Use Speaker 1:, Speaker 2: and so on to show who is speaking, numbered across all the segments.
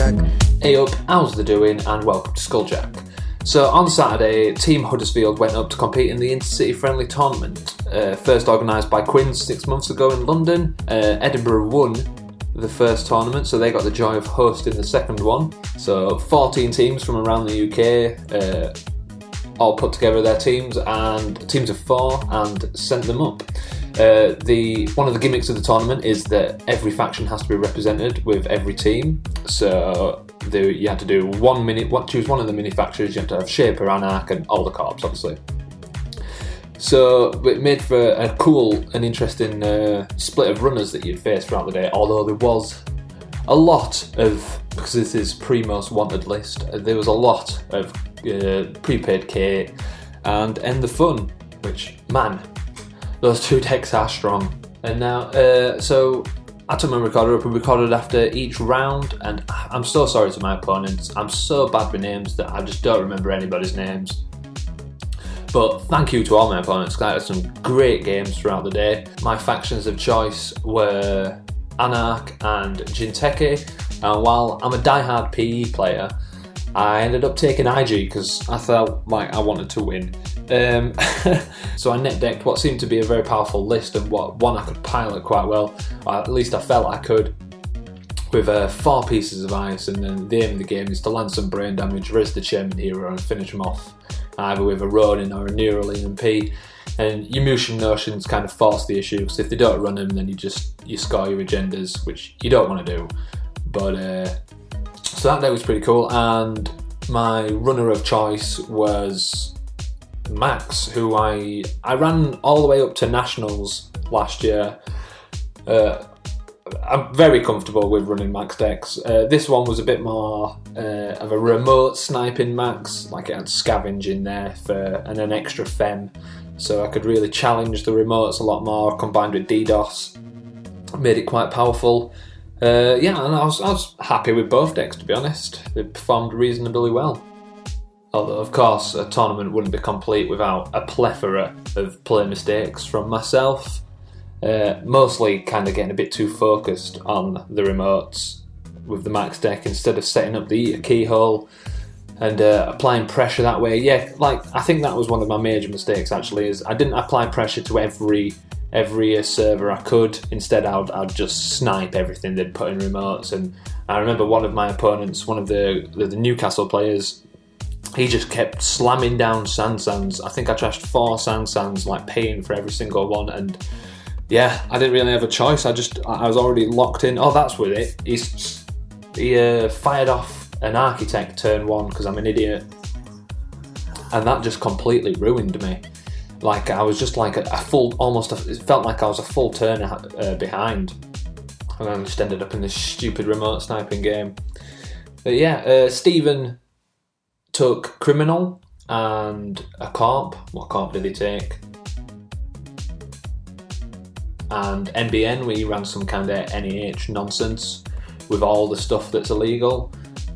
Speaker 1: Hey up, how's the doing, and welcome to Skulljack. So on Saturday, Team Huddersfield went up to compete in the intercity friendly tournament, uh, first organised by Quinn six months ago in London. Uh, Edinburgh won the first tournament, so they got the joy of hosting the second one. So 14 teams from around the UK uh, all put together their teams and teams of four and sent them up. Uh, the one of the gimmicks of the tournament is that every faction has to be represented with every team. So the, you had to do one minute, what choose one of the mini factions. You have to have Shaper, Anarch, and all the corps, obviously. So it made for a cool and interesting uh, split of runners that you'd face throughout the day. Although there was a lot of because this is pre most wanted list. uh, There was a lot of uh, prepaid kit and end the fun, which man, those two decks are strong. And now, uh, so I took my recorder up and recorded after each round, and I'm so sorry to my opponents. I'm so bad with names that I just don't remember anybody's names. But thank you to all my opponents. 'cause I had some great games throughout the day. My factions of choice were Anarch and Jinteki. And while I'm a diehard PE player, I ended up taking IG because I felt like I wanted to win. Um, so I net decked what seemed to be a very powerful list and what one I could pilot quite well. Or at least I felt I could with uh, four pieces of ice, and then the aim of the game is to land some brain damage, raise the chairman hero, and finish him off, either with a Ronin or a Neural EMP. And your motion notions kind of force the issue because if they don't run them, then you just you score your agendas, which you don't want to do. But uh, so that day was pretty cool, and my runner of choice was Max, who I I ran all the way up to nationals last year. Uh, I'm very comfortable with running max decks. Uh, this one was a bit more uh, of a remote sniping max, like it had scavenge in there for and an extra fem, so I could really challenge the remotes a lot more. Combined with DDoS, made it quite powerful. Uh, yeah, and I was, I was happy with both decks to be honest. They performed reasonably well. Although, of course, a tournament wouldn't be complete without a plethora of play mistakes from myself uh, mostly kind of getting a bit too focused on the remotes with the max deck instead of setting up the keyhole and uh, applying pressure that way. Yeah, like I think that was one of my major mistakes actually. Is I didn't apply pressure to every every uh, server I could. Instead, I'd, I'd just snipe everything they'd put in remotes. And I remember one of my opponents, one of the the, the Newcastle players. He just kept slamming down Sansans. I think I trashed four Sansans, like paying for every single one, and yeah, I didn't really have a choice. I just I I was already locked in. Oh, that's with it. He's he uh, fired off an architect turn one because I'm an idiot, and that just completely ruined me. Like I was just like a, a full, almost. A, it felt like I was a full turn uh, behind, and I just ended up in this stupid remote sniping game. But yeah, uh, Stephen took criminal and a carp. What carp did he take? and NBN where you ran some kind of NEH nonsense with all the stuff that's illegal.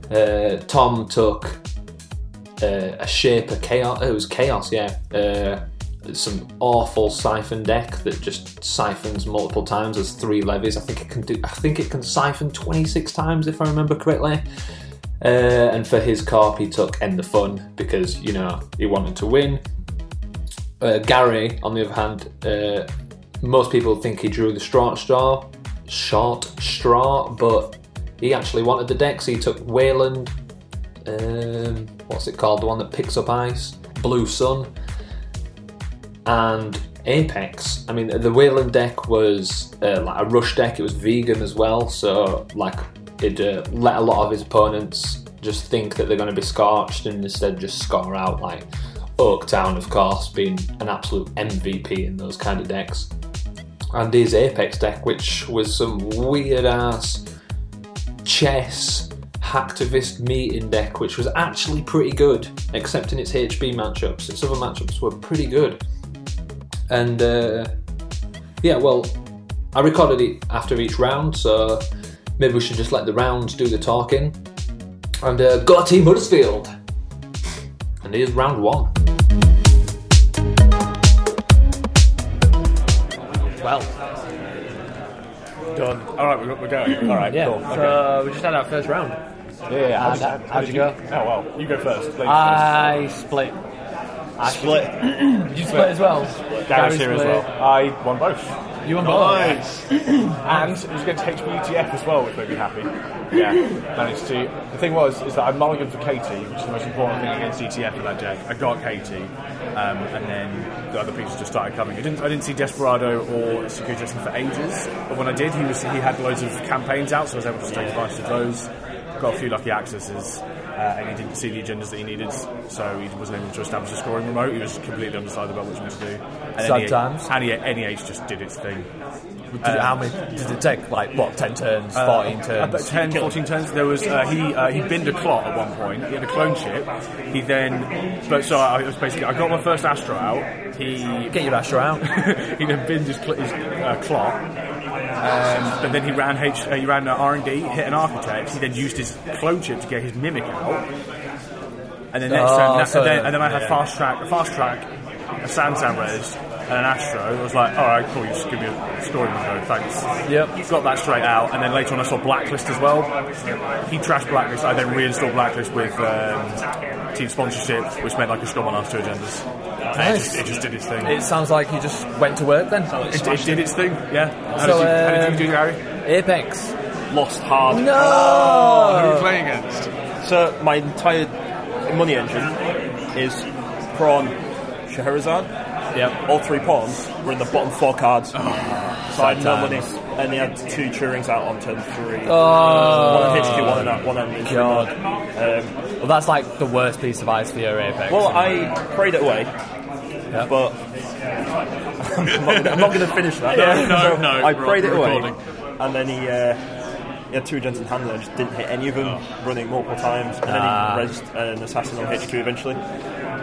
Speaker 1: Uh, Tom took uh, a shaper chaos. It was chaos, yeah. Uh, some awful siphon deck that just siphons multiple times. There's three levies. I think it can do. I think it can siphon 26 times if I remember correctly. Uh, and for his carp, he took end the fun because you know he wanted to win. Uh, Gary, on the other hand, uh, most people think he drew the short straw, short straw, but he actually wanted the deck, so he took Wayland, um, what's it called, the one that picks up ice, Blue Sun, and Apex. I mean, the Wayland deck was uh, like a rush deck. It was vegan as well, so like it uh, let a lot of his opponents just think that they're going to be scorched, and instead just score out. Like Oaktown, of course, being an absolute MVP in those kind of decks, and his Apex deck, which was some weird ass chess hacktivist meeting deck, which was actually pretty good, except in its HB matchups. Its other matchups were pretty good. And uh, yeah, well, I recorded it after each round, so maybe we should just let the rounds do the talking. And uh, go Team Huddersfield! And here's round one.
Speaker 2: Well,
Speaker 3: Done. All right, we're, we're going. All right,
Speaker 2: Mm, yeah.
Speaker 3: cool.
Speaker 2: So
Speaker 3: Okay.
Speaker 2: we just had our first round. Yeah, yeah.
Speaker 3: How'd,
Speaker 2: How'd,
Speaker 3: how'd,
Speaker 2: how'd you go? Uh,
Speaker 3: Oh well, you go first. Ladies
Speaker 2: I split.
Speaker 3: first. split.
Speaker 2: Did you split as well?
Speaker 3: Gary's here as
Speaker 2: split.
Speaker 3: well. I won both.
Speaker 2: You and both.
Speaker 3: And it was going to HBUTF as well, which made me happy. Yeah, managed to. The thing was, is that I mulliganed for Katie, which is the most important thing against E CTF for that day. I got Katie, um, and then the other people just started coming. I didn't, I didn't see Desperado or Security Justin for ages, but when I did, he was he had loads of campaigns out, so I was able to take advantage of those. Got a few lucky accesses, uh, and he didn't see the agendas that he needed, so he wasn't able to establish a scoring remote. He was completely undecided about what he was going to do. And NEH
Speaker 2: Sometimes.
Speaker 3: and NEH just did its thing. Um,
Speaker 2: Did it, how many did it take? Like what? Ten turns, fourteen
Speaker 3: Uh, About
Speaker 2: turns.
Speaker 3: 10, 14 turns. There was uh, he uh, he binned a clot at one point. He had a clone chip. He then, but so I I was basically I got my first Astro out. He
Speaker 2: Get your Asher out.
Speaker 3: he then binned his, cl- his uh, clot. Um, but then he ran H, uh, he ran R and D, hit an architect. He then used his clone chip to get his mimic out. And then next
Speaker 2: Oh,
Speaker 3: turn,
Speaker 2: so-
Speaker 3: and, then, and then I had fast track, fast track, a Sam Sam res, and an Astro. I was like, all right, cool. You just give me a scoring window, thanks.
Speaker 2: Yep.
Speaker 3: Got that straight out, and then later on I saw Blacklist as well. He trashed Blacklist. I then reinstalled Blacklist with um, team sponsorship, which meant I could score my last two agendas. And it,
Speaker 2: Nice.
Speaker 3: just, it just did its thing.
Speaker 2: It sounds like you just went to work then.
Speaker 3: it, it did its thing. Yeah.
Speaker 2: So,
Speaker 3: How, did, you, how did
Speaker 2: um,
Speaker 3: you do, Gary?
Speaker 2: Apex. Oh.
Speaker 4: Lost hard. Who are we
Speaker 2: No.
Speaker 4: playing against? So my entire money engine is prawn Scheherazade. Yeah. All three pawns were in the bottom four cards.
Speaker 2: Oh,
Speaker 4: so I had no money, and they had two Turings out on turn three.
Speaker 2: Oh.
Speaker 4: One on HQ, one on one on me.
Speaker 2: God.
Speaker 4: Um,
Speaker 2: Well, that's like the worst piece of ice for your Apex.
Speaker 4: well, I prayed it away,
Speaker 2: Yeah.
Speaker 4: but I'm not going to finish that.
Speaker 3: Yeah, no,
Speaker 4: So
Speaker 3: no,
Speaker 4: I
Speaker 3: we're-
Speaker 4: prayed it
Speaker 3: we're
Speaker 4: away,
Speaker 3: recording.
Speaker 4: and then he. Uh, he had two gens in hand and I just didn't hit any of them,
Speaker 3: Oh.
Speaker 4: running multiple times. And
Speaker 2: Ah.
Speaker 4: then he rezzed an assassin on HQ eventually.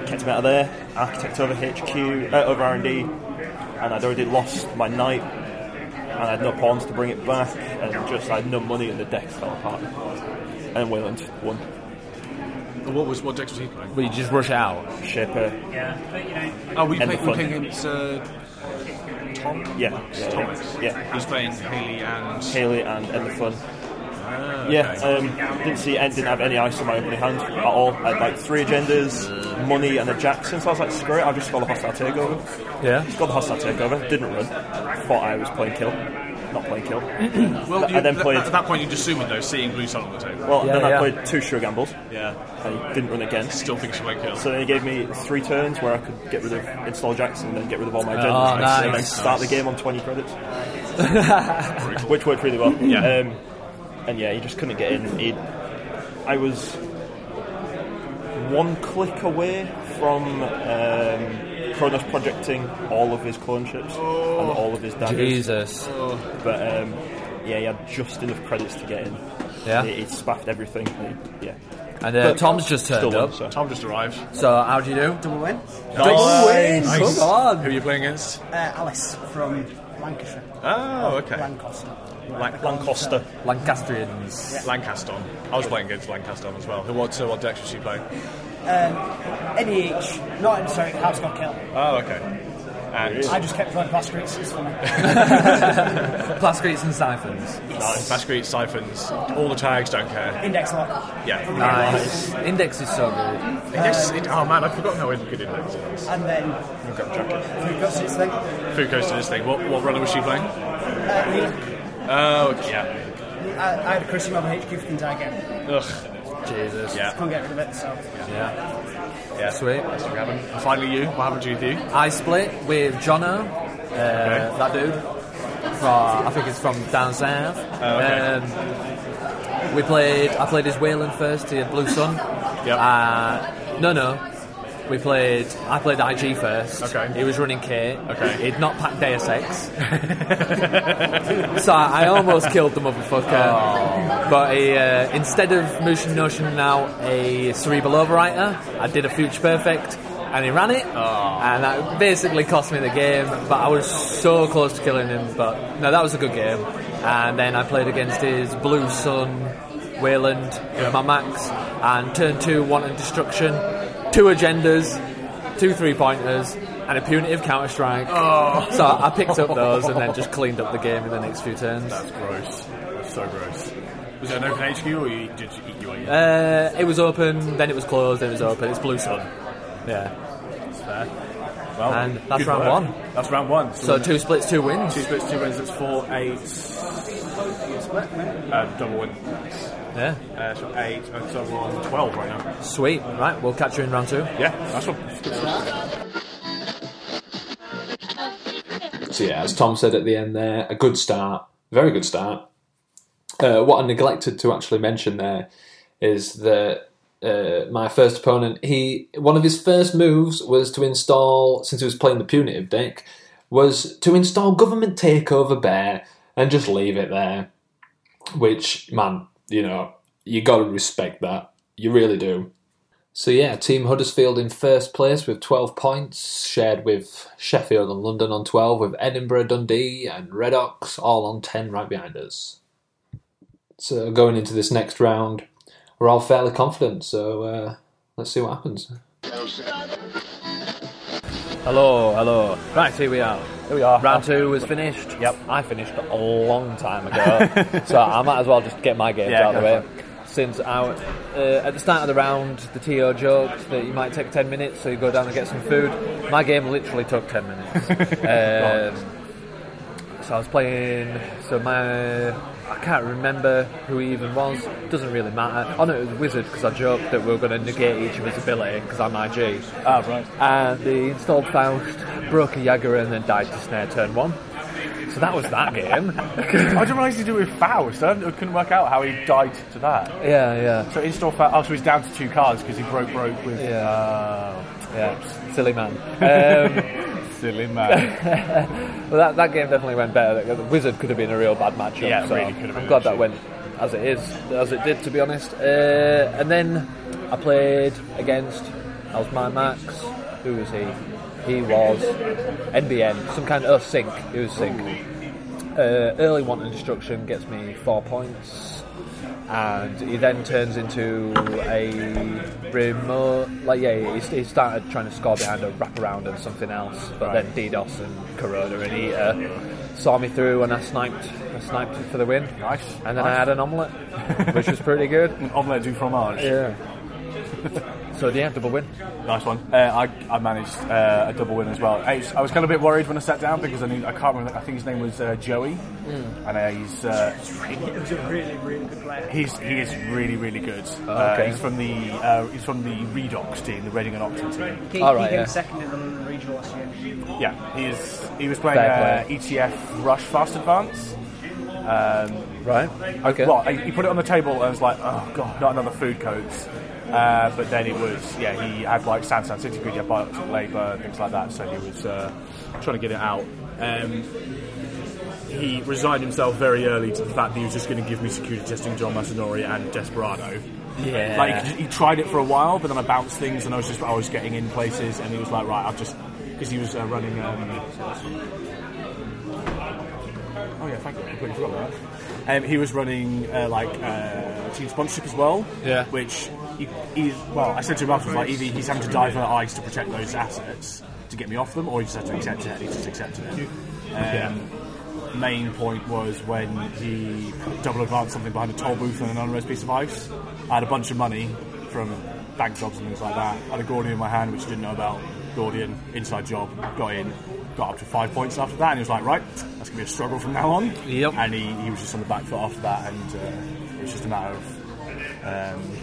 Speaker 4: Kept him out of there. Architect over HQ, uh, over R&D. And I'd already lost my knight. And I had no pawns to bring it back. And just I had no money and the deck fell apart. And Wayland won.
Speaker 5: What was what decks was he playing?
Speaker 2: Will you just rush out?
Speaker 4: Shaper.
Speaker 5: Oh, we
Speaker 4: And
Speaker 5: played
Speaker 4: the
Speaker 5: we
Speaker 4: fun.
Speaker 5: played against uh, Tom.
Speaker 4: Yeah. Yeah. yeah, yeah.
Speaker 5: He was playing Haley and
Speaker 4: Haley and End of Fun. Yeah, um, didn't see and didn't have any ice on my opening hand at all. I had like three agendas, money, and a Jackson. So I was like, screw it, I'll just spell a hostile takeover.
Speaker 2: Yeah.
Speaker 4: Just got the hostile takeover, didn't run. Thought I was playing kill, not playing kill.
Speaker 5: well,
Speaker 4: I
Speaker 5: you,
Speaker 4: then
Speaker 5: th-
Speaker 4: played.
Speaker 5: at that point, you'd assumed though, seeing blue sun on the table.
Speaker 4: well,
Speaker 2: Yeah,
Speaker 4: then
Speaker 2: yeah.
Speaker 4: I played two sure gambles.
Speaker 5: yeah,
Speaker 4: I didn't run again.
Speaker 5: still thinks you won't kill.
Speaker 4: So then he gave me three turns where I could get rid of install Jackson and then get rid of all my
Speaker 2: Oh,
Speaker 4: agendas
Speaker 2: nice.
Speaker 4: and then start the game on 20 credits. Which worked really well.
Speaker 5: Yeah.
Speaker 4: Um, and yeah, he just couldn't get in. He, I was one click away from um, Kronos projecting all of his clone chips and all of his daggers.
Speaker 2: Jesus.
Speaker 4: But um, yeah, he had just enough credits to get in.
Speaker 2: Yeah.
Speaker 4: He, he spaffed everything. He- yeah.
Speaker 2: And uh,
Speaker 4: But
Speaker 2: Tom's just
Speaker 4: Still
Speaker 2: turned
Speaker 4: won,
Speaker 2: up.
Speaker 4: so.
Speaker 5: Tom just arrived.
Speaker 2: So how do you do?
Speaker 6: win.
Speaker 2: Double win.
Speaker 5: Nice.
Speaker 2: Oh, Come
Speaker 5: Who
Speaker 2: on.
Speaker 5: are you playing against?
Speaker 6: Uh, Alice from Lancashire.
Speaker 5: Oh, okay.
Speaker 6: Lancaster.
Speaker 4: Lancaster.
Speaker 2: Lancastrians.
Speaker 5: Lancaster. I was playing against Lancaster as well. Who what? So what decks was she playing?
Speaker 6: NEH, E not sorry, House Got Killed.
Speaker 5: Oh, okay. And
Speaker 6: I just kept running past streets, it's funny.
Speaker 2: Plascreets and siphons.
Speaker 5: Masquerade siphons. All the tags don't care.
Speaker 6: Index lock.
Speaker 5: Yeah.
Speaker 2: Nice. Index is so good.
Speaker 5: Yes. It, oh man, I forgot how good index is.
Speaker 6: And then
Speaker 5: I've got a jacket.
Speaker 6: we got this thing.
Speaker 5: Fuko's to this thing. What what runner was she playing?
Speaker 6: Uh, Leela.
Speaker 5: Oh, okay. yeah.
Speaker 6: I, I had a Christian over HQ for the entire game.
Speaker 5: Ugh.
Speaker 2: Jesus.
Speaker 5: Yeah.
Speaker 6: Can't get rid of it, so.
Speaker 2: Yeah.
Speaker 5: Yeah.
Speaker 2: Sweet.
Speaker 5: That's what happened. And finally, you. What happened to you with you?
Speaker 2: I split with Jono, uh, that dude. From, I think it's from down south.
Speaker 5: Oh,
Speaker 2: um, we played. I played his Wayland first. He had Blue Sun.
Speaker 5: Yep.
Speaker 3: Ah,
Speaker 2: Uh, no, no. We played. I played IG first.
Speaker 5: Okay.
Speaker 2: He was running Kate.
Speaker 5: Okay.
Speaker 2: He'd not packed Deus Ex. so I almost killed the motherfucker. But he, uh, instead of Motion Notion now a cerebral overwriter, I did a Future Perfect and he ran it. And that basically cost me the game. But I was so close to killing him. But no, that was a good game. And then I played against his Blue Sun Wayland, my max, and turn two, wanted destruction, two agendas, two three pointers, and and a punitive counter strike. Oh. So I picked up those and then just cleaned up the game in the next few turns.
Speaker 3: That's gross. That's so gross. Was it an open HQ or you, did you eat your way? in?
Speaker 2: Uh, it was open, then it was closed, then it was open. It's Blue Sun. Yeah.
Speaker 3: That's fair. Well,
Speaker 2: and that's
Speaker 3: good
Speaker 2: round
Speaker 3: work.
Speaker 2: one.
Speaker 3: That's round one.
Speaker 2: So two splits, two wins.
Speaker 3: two splits, two wins. That's four, eight. Uh, double win.
Speaker 2: Yeah.
Speaker 3: Uh, so eight and double on twelve right now.
Speaker 2: Sweet. Right, we'll catch you in round two.
Speaker 3: Yeah, that's what.
Speaker 1: So yeah, as Tom said at the end there, a good start, very good start. Uh, what I neglected to actually mention there is that uh, my first opponent, he one of his first moves was to install, since he was playing the punitive deck, was to install government takeover bear and just leave it there. Which man, you know, you got to respect that. You really do. So yeah, Team Huddersfield in first place with 12 points, shared with Sheffield and London on 12, with Edinburgh, Dundee and Red Ox all on 10 right behind us. So going into this next round, we're all fairly confident, so uh, let's see what happens.
Speaker 2: Hello, hello. Right, here we are.
Speaker 4: Here we are.
Speaker 2: Round two was finished.
Speaker 4: Yep.
Speaker 2: I finished a long time ago, so I might as well just get my games
Speaker 4: Yeah,
Speaker 2: out of the
Speaker 4: go
Speaker 2: way. Since I, uh, at the start of the round, the TO joked that you might take 10 minutes, so you go down and get some food. My game literally took 10 minutes. um, so I was playing, so my, I can't remember who he even was, doesn't really matter. Oh no, it was Wizard, because I joked that we were going to negate each of his ability, because I'm IG.
Speaker 4: Oh,
Speaker 3: Ah, right.
Speaker 2: And they Uh, installed Faust, broke a Jagger, and then died to snare turn one. So that was that game.
Speaker 3: I didn't realise he did it with Faust. I didn't- I couldn't work out how he died to that.
Speaker 2: yeah, yeah,
Speaker 3: So install Faust. Oh, so he's down to two cards because he broke broke with.
Speaker 2: Yeah.
Speaker 3: Uh,
Speaker 2: yeah. Silly man. Um,
Speaker 3: silly man.
Speaker 2: well, that, that game definitely went better. The Wizard could have been a real bad matchup.
Speaker 3: Yeah, it
Speaker 2: so
Speaker 3: really could
Speaker 2: I'm
Speaker 3: have been,
Speaker 2: glad that
Speaker 3: actually.
Speaker 2: went as it is, as it did, to be honest. Uh, and then I played against. I was my Max. Who was he? He was NBN, some kind of oh, sync. He was sync. Uh, early want and destruction gets me four points, and he then turns into a remote. Like yeah, he, he started trying to score behind a wraparound and something else, but then DDoS and Corona and Eater saw me through, and I sniped. I sniped for the win.
Speaker 3: Nice.
Speaker 2: And then I had an omelette, which was pretty good.
Speaker 3: An omelette du fromage.
Speaker 2: Yeah. So yeah, double win.
Speaker 3: Nice one. Uh, I, I managed uh, a double win as well. I, I was kind of a bit worried when I sat down because I knew I can't remember. I think his name was uh, Joey, and uh, he's uh,
Speaker 6: It was a really, really good player.
Speaker 3: He's he is really really good.
Speaker 2: okay.
Speaker 3: Uh, he's from the uh, he's from the Redox team, the Reading and Oxford team.
Speaker 6: He,
Speaker 2: All right,
Speaker 6: he came
Speaker 2: yeah.
Speaker 6: second in the London regional last year.
Speaker 3: Yeah, he is. He was playing
Speaker 2: Fair
Speaker 3: uh, ETF Rush Fast Advance.
Speaker 2: Right. Okay.
Speaker 3: Well, he he put it on the table and I was like, oh god, not another food codes. Uh, but then it was yeah, he had like Sansan City Grid, he had Biological Labour, things like that. So he was uh, trying to get it out. Um, he resigned himself very early to the fact that he was just going to give me security testing John Masanori and Desperado.
Speaker 2: yeah.
Speaker 3: Like he, he tried it for a while, but then I bounced things, and I was just I was getting in places, and he was like, right, I've just because he was uh, running. Um, oh yeah, thank you. I completely forgot about that. Um, he was running uh, like uh, team sponsorship as well.
Speaker 2: Yeah.
Speaker 3: Which he, he well, I said to him afterwards, like either he's having to divert ice to protect those assets to get me off them, or he just had to accept it. and He just accepted it. Um, Main point was when he double advanced something behind a toll booth and an unrest piece of ice. I had a bunch of money from bank jobs and things like that. I had a Gordian in my hand, which I didn't know about. Gordian, inside job, got in, got up to five points after that, and he was like, right, that's going to be a struggle from now on.
Speaker 2: Yep.
Speaker 3: And he, he was just on the back foot after that, and uh, it was just a matter of. Um,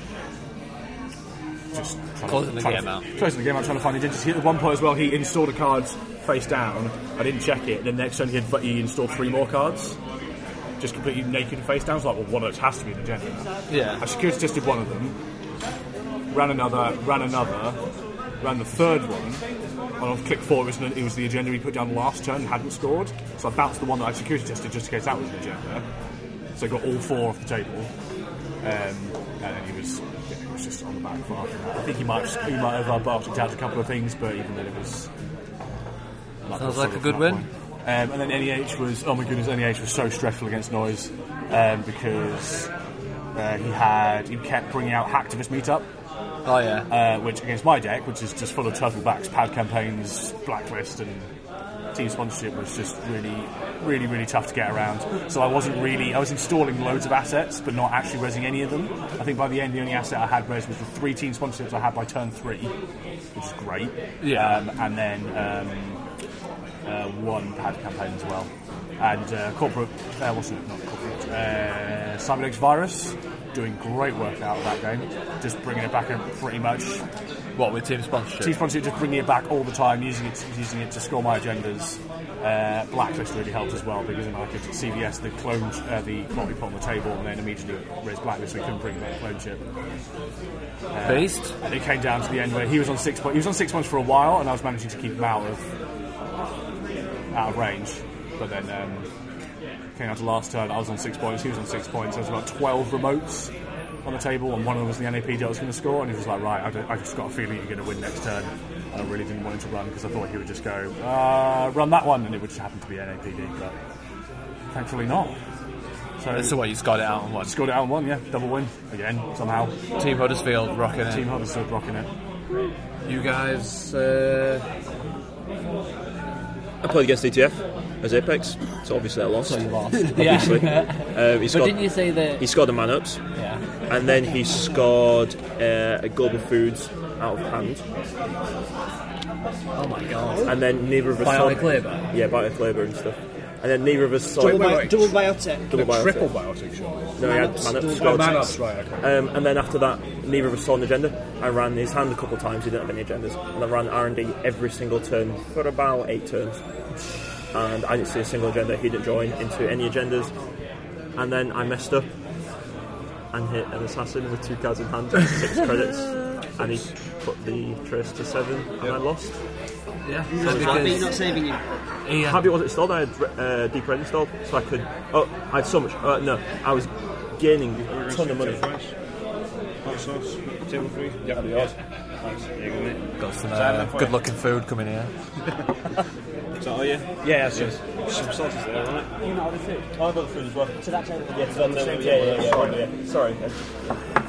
Speaker 3: just trying
Speaker 2: Closing the
Speaker 3: trying
Speaker 2: game out.
Speaker 3: Closing the game out, trying to find the digits. He, at one point as well, he installed a card face down. I didn't check it. Then the next turn, he, had, he installed three more cards, just completely naked and face down. I was like, well, one of those has to be an agenda. I
Speaker 2: yeah.
Speaker 3: security tested one of them, ran another, ran another, ran the third one. And on click four, it was, an, it was the agenda he put down last turn and hadn't scored. So I bounced the one that I security tested just in case that was an agenda. So I got all four off the table. Um, and then he was, yeah, he was just on the back foot after that. I think he might have, he might have uh, barked out a couple of things, but even then it was. not
Speaker 2: Sounds
Speaker 3: sort
Speaker 2: like a
Speaker 3: of
Speaker 2: good
Speaker 3: that
Speaker 2: win.
Speaker 3: point. Um, and then NEH was, oh my goodness, NEH was so stressful against Noise um, because uh, he had, he kept bringing out Hacktivist Meetup.
Speaker 2: Oh, yeah.
Speaker 3: Uh, which against my deck, which is just full of turtlebacks, pad campaigns, blacklist, and team sponsorship, was just really, really, really tough to get around. So I wasn't really. I was installing loads of assets, but not actually resing any of them. I think by the end, the only asset I had res was the three team sponsorships I had by turn three, which is great.
Speaker 2: Yeah.
Speaker 3: Um, and then um, uh, one pad campaign as well. And uh, corporate, uh, what's it? Not corporate. Uh, CyberX Virus doing great work out of that game. Just bringing it back in pretty much.
Speaker 2: What with team sponsorship?
Speaker 3: T Sponsor just bringing it back all the time, using it using it to score my agendas. Uh, Blacklist really helped as well because in I could CVS the clone uh, the clone on the table and then immediately raised Blacklist. We couldn't bring back clone chip.
Speaker 2: Beast.
Speaker 3: And it came down to the end where he was on six points. He was on six points for a while, and I was managing to keep him out of out of range. But then um, came down to last turn. I was on six points. He was on six points. There was about twelve remotes on the table, and one of them was the NAP that I was going to score. And he was like, "Right, I, don't- I just got a feeling you're going to win next turn." And I really didn't want him to run because I thought he would just go uh, run that one, and it would just happen to be NAPD. But thankfully not. So,
Speaker 2: That's the way you scored it out on one.
Speaker 3: scored it out and won. Yeah, double win again somehow.
Speaker 2: Team Huddersfield rocking it.
Speaker 3: Team Hub's still rocking it.
Speaker 2: You guys. Uh,
Speaker 4: I played against DTF as Apex, so obviously I lost. Obviously. um, he
Speaker 7: But
Speaker 4: scored,
Speaker 7: didn't you say that?
Speaker 4: he scored the man ups,
Speaker 7: Yeah.
Speaker 4: and then he scored uh, a Global Foods out of hand,
Speaker 7: Oh my god.
Speaker 4: and then neither of us.
Speaker 7: Bionic
Speaker 4: saw-
Speaker 7: Labour?
Speaker 4: Yeah, bionic labour and stuff. And then neither of us saw.
Speaker 8: Double, bi- double biotech.
Speaker 4: Double biotic.
Speaker 9: Triple biotic, surely.
Speaker 4: No, he had
Speaker 8: Man-ups,
Speaker 4: man ups.
Speaker 8: double
Speaker 4: scored
Speaker 9: Man
Speaker 4: six.
Speaker 9: ups, right, okay.
Speaker 4: Um, and then after that, neither of us saw an agenda. I ran his hand a couple of times. He didn't have any agendas, and I ran R and D every single turn for about eight turns. And I didn't see a single agenda. He didn't join into any agendas. And then I messed up and hit an assassin with two cards in hand, and six credits, and he put the trace to seven, and I lost.
Speaker 2: yeah.
Speaker 8: Happy not saving you.
Speaker 2: he had-
Speaker 4: Happy wasn't installed. I had uh, deep red installed, so I could. Oh, I had so much. Uh, no, I was gaining a ton of money.
Speaker 9: Hot sauce, table three. Yep.
Speaker 2: got some uh, good looking food coming here.
Speaker 4: Is that all you?
Speaker 9: Yeah, that's it.
Speaker 4: Some sauces there, right? You know how food. Oh, I've got the food as well. To that table. Yeah, to that table. Yeah, yeah, yeah. Sorry. Yeah, sorry.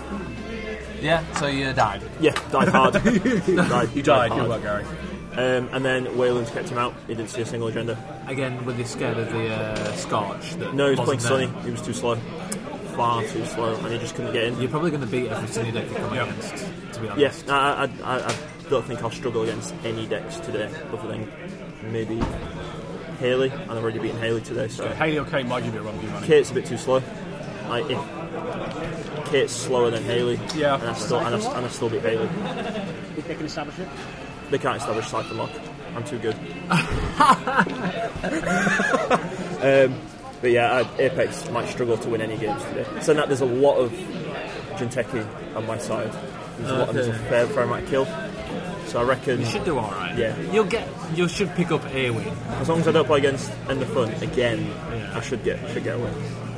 Speaker 2: Yeah, so you died.
Speaker 4: yeah died hard. died,
Speaker 9: You died.
Speaker 4: hard.
Speaker 9: Good work, Gary.
Speaker 4: Um, and then Wayland's kept him out. He didn't see a single agenda.
Speaker 2: Again, were they scared of the uh, Scotch? That
Speaker 4: No, he
Speaker 2: wasn't
Speaker 4: was playing Sunny.
Speaker 2: there?
Speaker 4: He was too slow. Far too slow, and he just couldn't get in.
Speaker 2: You're probably going to beat every Sunny deck you come against, to be honest.
Speaker 4: Yes, I, I- I, I don't think I'll struggle against any decks today, other than maybe Haley. And I've already beaten Haley today, so.
Speaker 3: Haley or Kane might give you a run for your money.
Speaker 4: Kate's a bit too slow. Like if Kate's slower than Haley,
Speaker 3: Yeah.
Speaker 4: and I still and I, and I still beat Haley.
Speaker 8: They can establish it.
Speaker 4: They can't establish cipher lock. I'm too good. um, Um, but yeah, I, Apex might struggle to win any games today. So now there's a lot of Jinteki on my side. There's a lot. There's a
Speaker 2: Okay.
Speaker 4: fair, fair amount of kill. So I reckon
Speaker 2: You should do alright.
Speaker 4: Yeah.
Speaker 2: You'll get. You should pick up a win.
Speaker 4: as long as I don't play against End of Fun again,
Speaker 2: Yeah.
Speaker 4: I should get should get a win.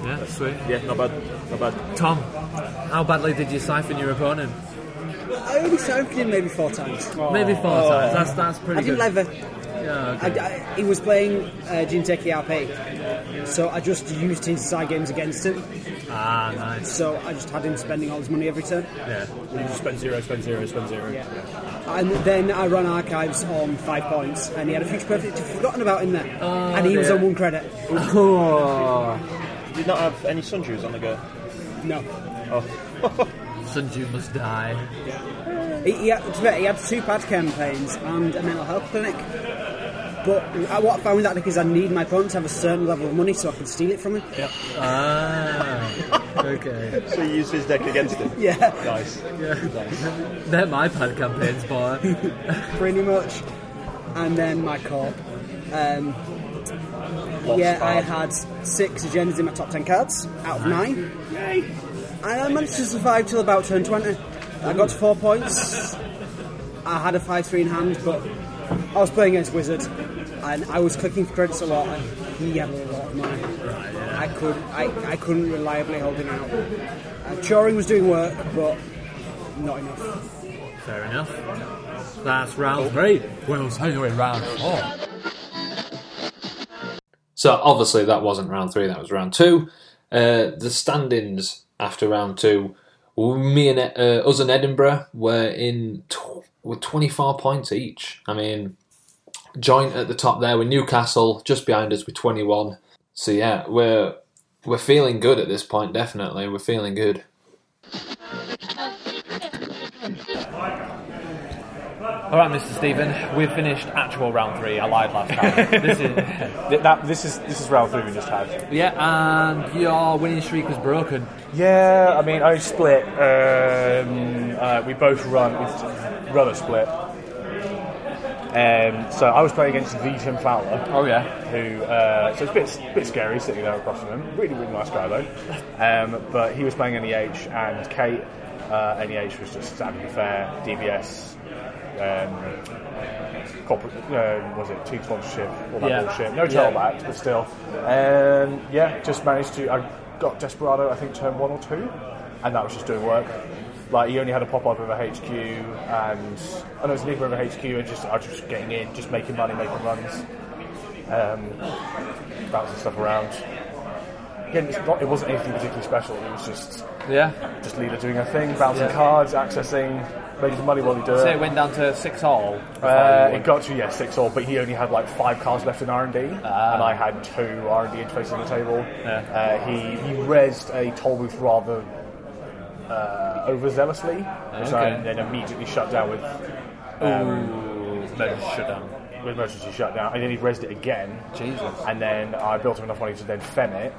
Speaker 2: Yeah, sweet.
Speaker 4: Yeah, not bad, not bad.
Speaker 2: Tom, how badly did you siphon your opponent?
Speaker 8: I only siphoned him maybe four times.
Speaker 2: Maybe four times. That's, that's pretty
Speaker 8: I didn't
Speaker 2: good.
Speaker 8: lever.
Speaker 2: Yeah, okay.
Speaker 8: I, I, he was playing uh, Jinteki RP, so I just used his side games against him.
Speaker 2: Ah, nice.
Speaker 8: So I just had him spending all his money every turn.
Speaker 3: Yeah. You just spend zero, spend zero, spend zero.
Speaker 8: Yeah. And then I ran archives on five points, and he had a future perfect I'd forgotten about in there, and he was
Speaker 2: Oh, dear.
Speaker 8: on one credit.
Speaker 4: Did not have any sun on the go.
Speaker 8: No,
Speaker 2: Sunju must die.
Speaker 8: he, he, had, to be fair, he had two pad campaigns and a mental health clinic. But I, what I found with that deck is I need my opponent to have a certain level of money so I can steal it from him.
Speaker 2: Ah, okay.
Speaker 4: So you use his deck against him.
Speaker 8: Yeah,
Speaker 4: Nice.
Speaker 2: They're my pad campaigns, boy.
Speaker 8: pretty much. And then my corp. Um, yeah, I had six agendas in my top ten cards out of nine. And I managed to survive till about turn 20. I got to four points. I had a 5 3 in hand, but I was playing against Wizard and I was clicking for credits a lot, and he had a lot of money. I, could, I, I couldn't reliably hold him out. Uh, Choring was doing work, but not enough.
Speaker 2: Fair enough. That's round three. Well, it's anyway round four.
Speaker 1: So obviously that wasn't round three, that was round two. Uh, the standings after round two me and uh, us and Edinburgh were in tw- were 24 points each. I mean, joint at the top there with Newcastle just behind us with 21. So yeah, we're we're feeling good at this point. Definitely, we're feeling good.
Speaker 2: All right, Mr. Stephen, we've finished actual round three. I lied last time. this is,
Speaker 3: Th- That, this is this is round three we just had.
Speaker 2: yeah, and your winning streak was broken.
Speaker 3: Yeah, I mean, I split. Um, uh, we both run. We run a split. Um, so I was playing against the Tim Fowler.
Speaker 2: Oh yeah.
Speaker 3: who uh, so it's a bit, bit scary sitting there across from him. Really, really nice guy though. Um, but he was playing NEH and Kate. Uh, NEH was just standing fair. DBS. Um, corporate, um, was it team sponsorship? All that
Speaker 2: Yeah.
Speaker 3: bullshit. No
Speaker 2: Yeah.
Speaker 3: tailbacks, but still. Um, yeah, just managed to. I got Desperado, I think, turn one or two, and that was just doing work. Like he only had a pop up over HQ, and I know it's Libra over HQ, and just I was just getting in, just making money, making runs um, bouncing stuff around. Again, it's not, it wasn't anything particularly special. It was just
Speaker 2: Yeah.
Speaker 3: just Leela doing her thing, bouncing
Speaker 2: Yeah.
Speaker 3: cards, accessing, making some money while he do
Speaker 2: So it
Speaker 3: it.
Speaker 2: went down to six all.
Speaker 3: Uh, it got to yeah six all, but he only had like five cards left in R and D, and
Speaker 2: Ah.
Speaker 3: I had two R and D interfaces on the table. Uh, he he resed a toll booth rather uh, overzealously, which I
Speaker 2: Okay.
Speaker 3: then immediately shut down with
Speaker 2: Um, Ooh, shutdown.
Speaker 3: with emergency shutdown, and then he resed it again.
Speaker 2: Jesus.
Speaker 3: and then I built him enough money to then fen it.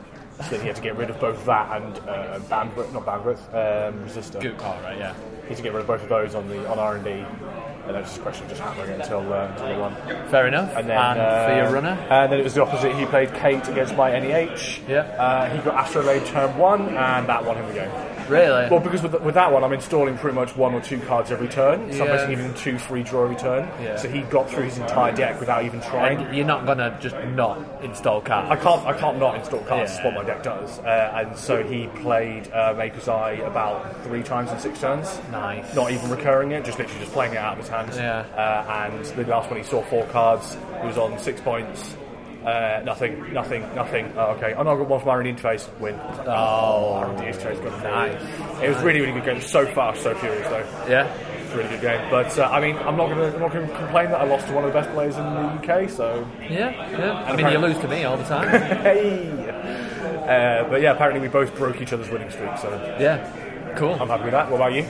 Speaker 3: So then he had to get rid of both that and uh, Bambreth, not Bambreth, um, Resistor.
Speaker 2: Good car, right? Yeah.
Speaker 3: He had to get rid of both of those on the on R and D, and that was just a question of just hammering it until uh, until they won.
Speaker 2: Fair enough.
Speaker 3: And then
Speaker 2: for
Speaker 3: uh,
Speaker 2: your runner.
Speaker 3: and then it was the opposite. He played Kate against my NEH.
Speaker 2: Yeah.
Speaker 3: uh, he got Astrolabe turn one, and that won him the game.
Speaker 2: Really?
Speaker 3: Well, because with, with that one, I'm installing pretty much one or two cards every turn, so I'm
Speaker 2: Yeah.
Speaker 3: basically giving him two free draw every turn.
Speaker 2: Yeah.
Speaker 3: So he got through his entire deck without even trying.
Speaker 2: And you're not gonna just not install cards.
Speaker 3: I can't. I can't not install cards.
Speaker 2: Yeah.
Speaker 3: Is what my deck does. Uh, and so he played uh, Maker's Eye about three times in six turns.
Speaker 2: Nice.
Speaker 3: Not even recurring it. Just literally just playing it out of his hands.
Speaker 2: Yeah.
Speaker 3: Uh, and the last one he saw four cards. He was on six points. Uh, nothing. Nothing. Nothing. Oh, okay. Oh no, I got one from Iron Interface. Win. Oh, Iron Interface got it.
Speaker 2: Nice.
Speaker 3: It was really, really good game. So fast, so furious though.
Speaker 2: Yeah.
Speaker 3: It's a really good game. But uh, I mean, I'm not gonna, I'm not gonna complain that I lost to one of the best players in the UK. So
Speaker 2: Yeah. Yeah. I mean, you lose to me all the time.
Speaker 3: Hey! Uh, but yeah, apparently we both broke each other's winning streak, so
Speaker 2: yeah. Cool.
Speaker 3: I'm happy with that. What about you?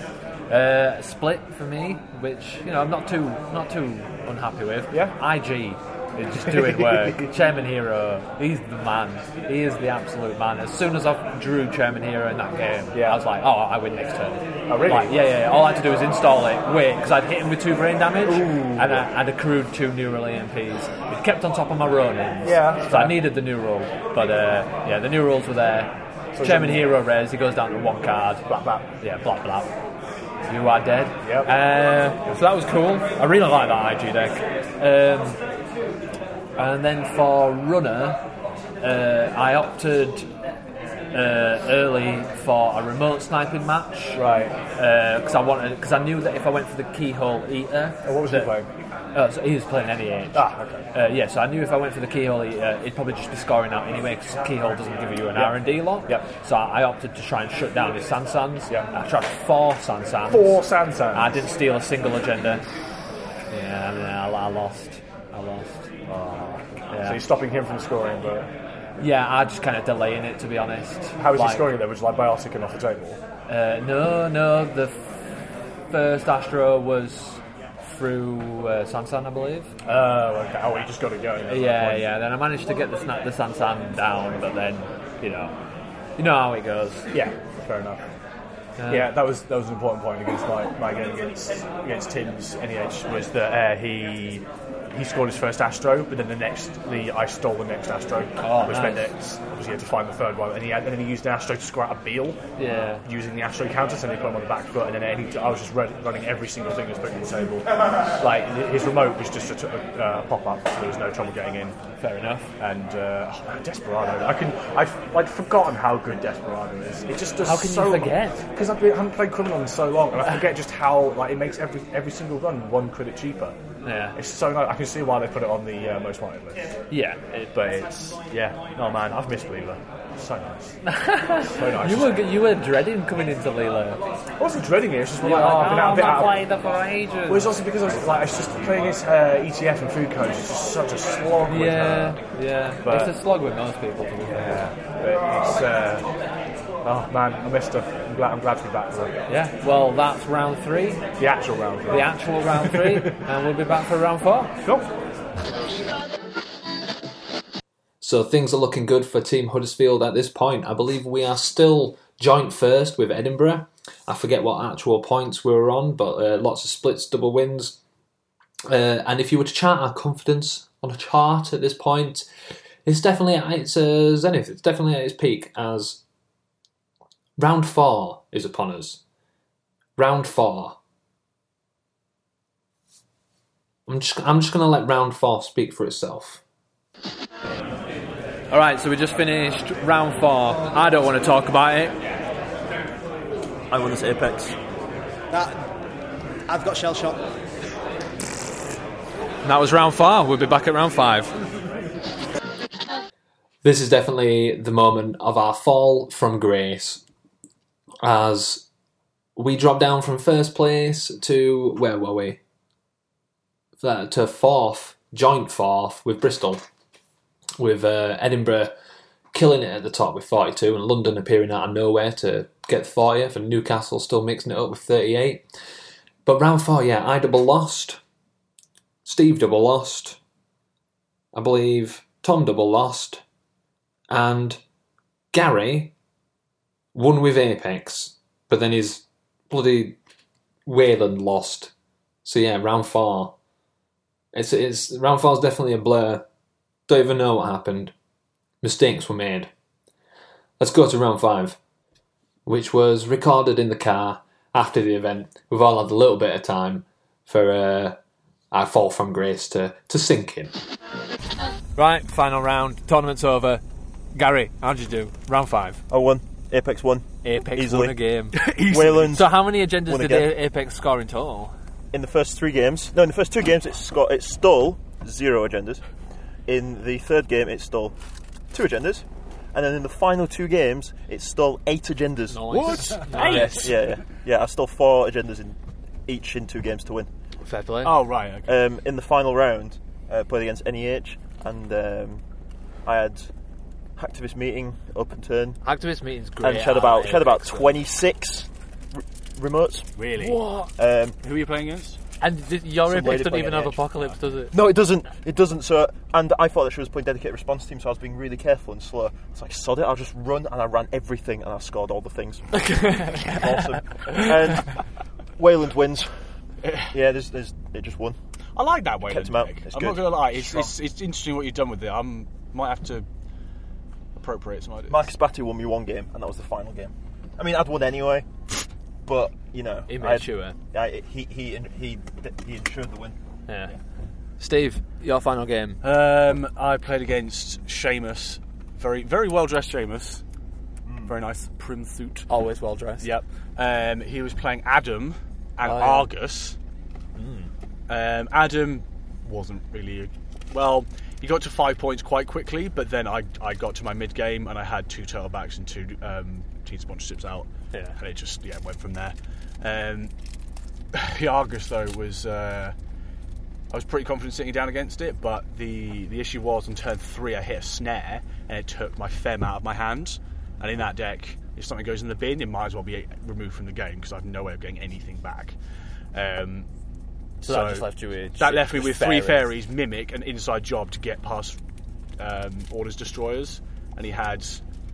Speaker 2: Uh, split for me, which you know I'm not too not too unhappy with.
Speaker 3: Yeah.
Speaker 2: IG is just doing work. Chairman Hero, he's the man. He is the absolute man. As soon as I drew Chairman Hero in that game,
Speaker 3: Yeah.
Speaker 2: I was like, oh, I win next turn.
Speaker 3: Oh, really?
Speaker 2: Like, yeah, yeah, yeah. All I had to do was install it, wait, because I'd hit him with two brain damage, and I, I'd accrued two neural EMPs. It kept on top of my Ronins.
Speaker 3: Yeah.
Speaker 2: So I needed the new rule, but uh, yeah, the new rules were there. Chairman Hero res, he goes down to one card.
Speaker 3: Blap, blap.
Speaker 2: Yeah, blap, blap. You are dead.
Speaker 3: Yep.
Speaker 2: Uh, so that was cool. I really like that IG deck. Um, and then for runner, uh, I opted uh, early for a remote sniping match.
Speaker 3: Right.
Speaker 2: Because I wanted, because I knew that if I went for the keyhole eater,
Speaker 3: And what was he
Speaker 2: that,
Speaker 3: playing?
Speaker 2: Uh, so he was playing any age.
Speaker 3: Ah, okay.
Speaker 2: Uh, yeah, so I knew if I went for the keyhole, uh, it'd probably just be scoring out anyway because keyhole doesn't give you an R and D lot.
Speaker 3: Yep.
Speaker 2: So I I opted to try and shut down his Sansans.
Speaker 3: Yeah.
Speaker 2: I tried four Sansans.
Speaker 3: Four Sansan.
Speaker 2: I didn't steal a single agenda. Yeah, and then I, I lost. I lost. Oh.
Speaker 3: So
Speaker 2: Yeah.
Speaker 3: you're stopping him from scoring, but
Speaker 2: yeah, I just kind of delaying it to be honest.
Speaker 3: how is
Speaker 2: Like,
Speaker 3: he scoring though? Was it like Biartic and off the table?
Speaker 2: Uh, no, no. The first Astro was through uh, Sansan, I believe.
Speaker 3: Oh, okay. Oh, he just got it going. at that
Speaker 2: Uh, Yeah,
Speaker 3: point.
Speaker 2: yeah. Then I managed to get the sna- the Sansan down, but then you know, you know how it goes.
Speaker 3: Yeah, fair enough.
Speaker 2: Uh,
Speaker 3: yeah, that was that was an important point against my, my game against against Tim's NEH was that uh, he he scored his first Astro, but then the next the I stole the next Astro,
Speaker 2: Oh,
Speaker 3: which
Speaker 2: nice.
Speaker 3: meant that obviously he had to find the third one, and he had, and then he used an Astro to score out a Beal,
Speaker 2: Yeah.
Speaker 3: using the Astro counter, so they put him on the back foot, and then any, I was just red, running every single thing that was put on the table. Like his remote was just a t- uh, pop up, so there was no trouble getting in.
Speaker 2: Fair enough.
Speaker 3: And uh, oh man, Desperado, I can I've I'd forgotten how good Desperado is. It just does
Speaker 2: How can you
Speaker 3: so
Speaker 2: forget?
Speaker 3: Because I've been, I haven't played Criminal in so long, and I forget just how like it makes every every single run one credit cheaper.
Speaker 2: Yeah.
Speaker 10: It's so nice. I can see why they put it on the uh, most wanted list.
Speaker 2: Yeah.
Speaker 10: But it's yeah. Oh man, I've missed Leela. So nice. so nice.
Speaker 2: You were you were dreading coming into Lilo.
Speaker 10: I wasn't dreading it. It's just like, oh, I've been out, a bit out. Well,
Speaker 2: that for ages.
Speaker 10: it's also because I was like, it's just playing this uh, ETF and food codes. It's just such a slog. with her.
Speaker 2: Yeah, yeah.
Speaker 10: But-
Speaker 2: it's a slog with most people. To be fair.
Speaker 10: Yeah. But it's. Uh, oh man, I missed her. I'm glad. I'm glad to be back. For
Speaker 2: Yeah. Well, that's round three,
Speaker 10: the actual round.
Speaker 2: the actual round three, and we'll be back for round four.
Speaker 10: Cool.
Speaker 1: So things are looking good for Team Huddersfield at this point. I believe we are still joint first with Edinburgh. I forget what actual points we were on, but uh, lots of splits, double wins. Uh, and if you were to chart our confidence on a chart at this point, it's definitely at its uh, zenith. It's definitely at its peak as round four is upon us. Round four. I'm just, I'm just going to let round four speak for itself.
Speaker 2: All right, so we just finished round four. I don't want to talk about it.
Speaker 4: I won this Apex.
Speaker 11: That I've got shell shock.
Speaker 2: That was round four. We'll be back at round five.
Speaker 1: this is definitely the moment of our fall from grace as we drop down from first place to where were we That- to fourth joint fourth with bristol with uh, edinburgh killing it at the top with 42 and london appearing out of nowhere to get 40th and newcastle still mixing it up with 38 but round four yeah i double lost steve double lost i believe tom double lost and Gary won with Apex, but then his bloody Wayland lost. So yeah, round four. It's it's round four's definitely a blur. Don't even know what happened. Mistakes were made. Let's go to round five, which was recorded in the car after the event. We've all had a little bit of time for uh, our fall from grace to, to sink in.
Speaker 2: Right, final round. Tournament's over. Gary, how'd you do? Round five.
Speaker 4: I won. Apex won.
Speaker 2: Apex
Speaker 4: Easily.
Speaker 2: won a game.
Speaker 4: Wayland
Speaker 2: so how many agendas
Speaker 4: Won
Speaker 2: did
Speaker 4: again.
Speaker 2: A- Apex score in total?
Speaker 4: in the first three games. No, in the first two games it sco- it stole zero agendas. In the third game it stole two agendas, and then in the final two games it stole eight agendas.
Speaker 2: What?
Speaker 4: Yes. Yeah, yeah, yeah. I stole four agendas in each in two games to win.
Speaker 2: Fair play.
Speaker 10: Oh right. Okay.
Speaker 4: Um, in the final round, uh, played against NEH, and um, I had activist meeting up and turn,
Speaker 2: Activist meeting's great.
Speaker 4: and she had
Speaker 2: I
Speaker 4: about
Speaker 2: like
Speaker 4: she had about
Speaker 2: Apex.
Speaker 4: twenty six r- remotes.
Speaker 3: Really?
Speaker 2: What?
Speaker 4: Um,
Speaker 3: Who are you playing against?
Speaker 2: And did, your
Speaker 4: Some
Speaker 2: Apex
Speaker 4: lady E
Speaker 2: doesn't
Speaker 4: playing
Speaker 2: even have
Speaker 4: NH.
Speaker 2: Apocalypse, does it?
Speaker 4: No, it doesn't. It doesn't. So, and I thought that she was playing dedicated response team, so I was being really careful and slow. It's like sod it. I'll just run, and I ran everything, and I scored all the things. awesome. And Wayland wins. Yeah, there's, there's, it just won.
Speaker 3: I like that Wayland.
Speaker 4: Kept him out.
Speaker 3: pick.
Speaker 4: It's
Speaker 3: I'm
Speaker 4: good.
Speaker 3: not gonna lie. It's,
Speaker 4: Strong.
Speaker 3: it's, it's interesting what you've done with it. I am might have to appropriate some ideas.
Speaker 4: Marcus Batty won me one game, and that was the final game. I mean, I'd won anyway, but you know,
Speaker 2: He made eh?
Speaker 4: I'd-
Speaker 2: sure.
Speaker 4: I, he he he he ensured the win.
Speaker 2: Yeah. Steve, your final game.
Speaker 3: Um, I played against Seamus. Very, very well dressed Seamus. Very nice prim suit.
Speaker 2: Mm. Always well dressed.
Speaker 3: Yep. Um, he was playing Adam and
Speaker 2: Oh, yeah. Mm.
Speaker 3: Argus. Um, Adam wasn't really well. He got to five points quite quickly, but then I, I got to my mid game and I had two turtle backs and two um, team sponsorships out,
Speaker 2: Yeah.
Speaker 3: and it just yeah went from there. Um, the Argus though was uh, I was pretty confident sitting down against it, but the the issue was on turn three I hit a snare and it took my fem out of my hands, and in that deck if something goes in the bin it might as well be removed from the game because I've no way of getting anything back. Um,
Speaker 2: So, that just left you with.
Speaker 3: that left me with three
Speaker 2: fairies.
Speaker 3: fairies, mimic, an inside job to get past um, Order's destroyers, and he had.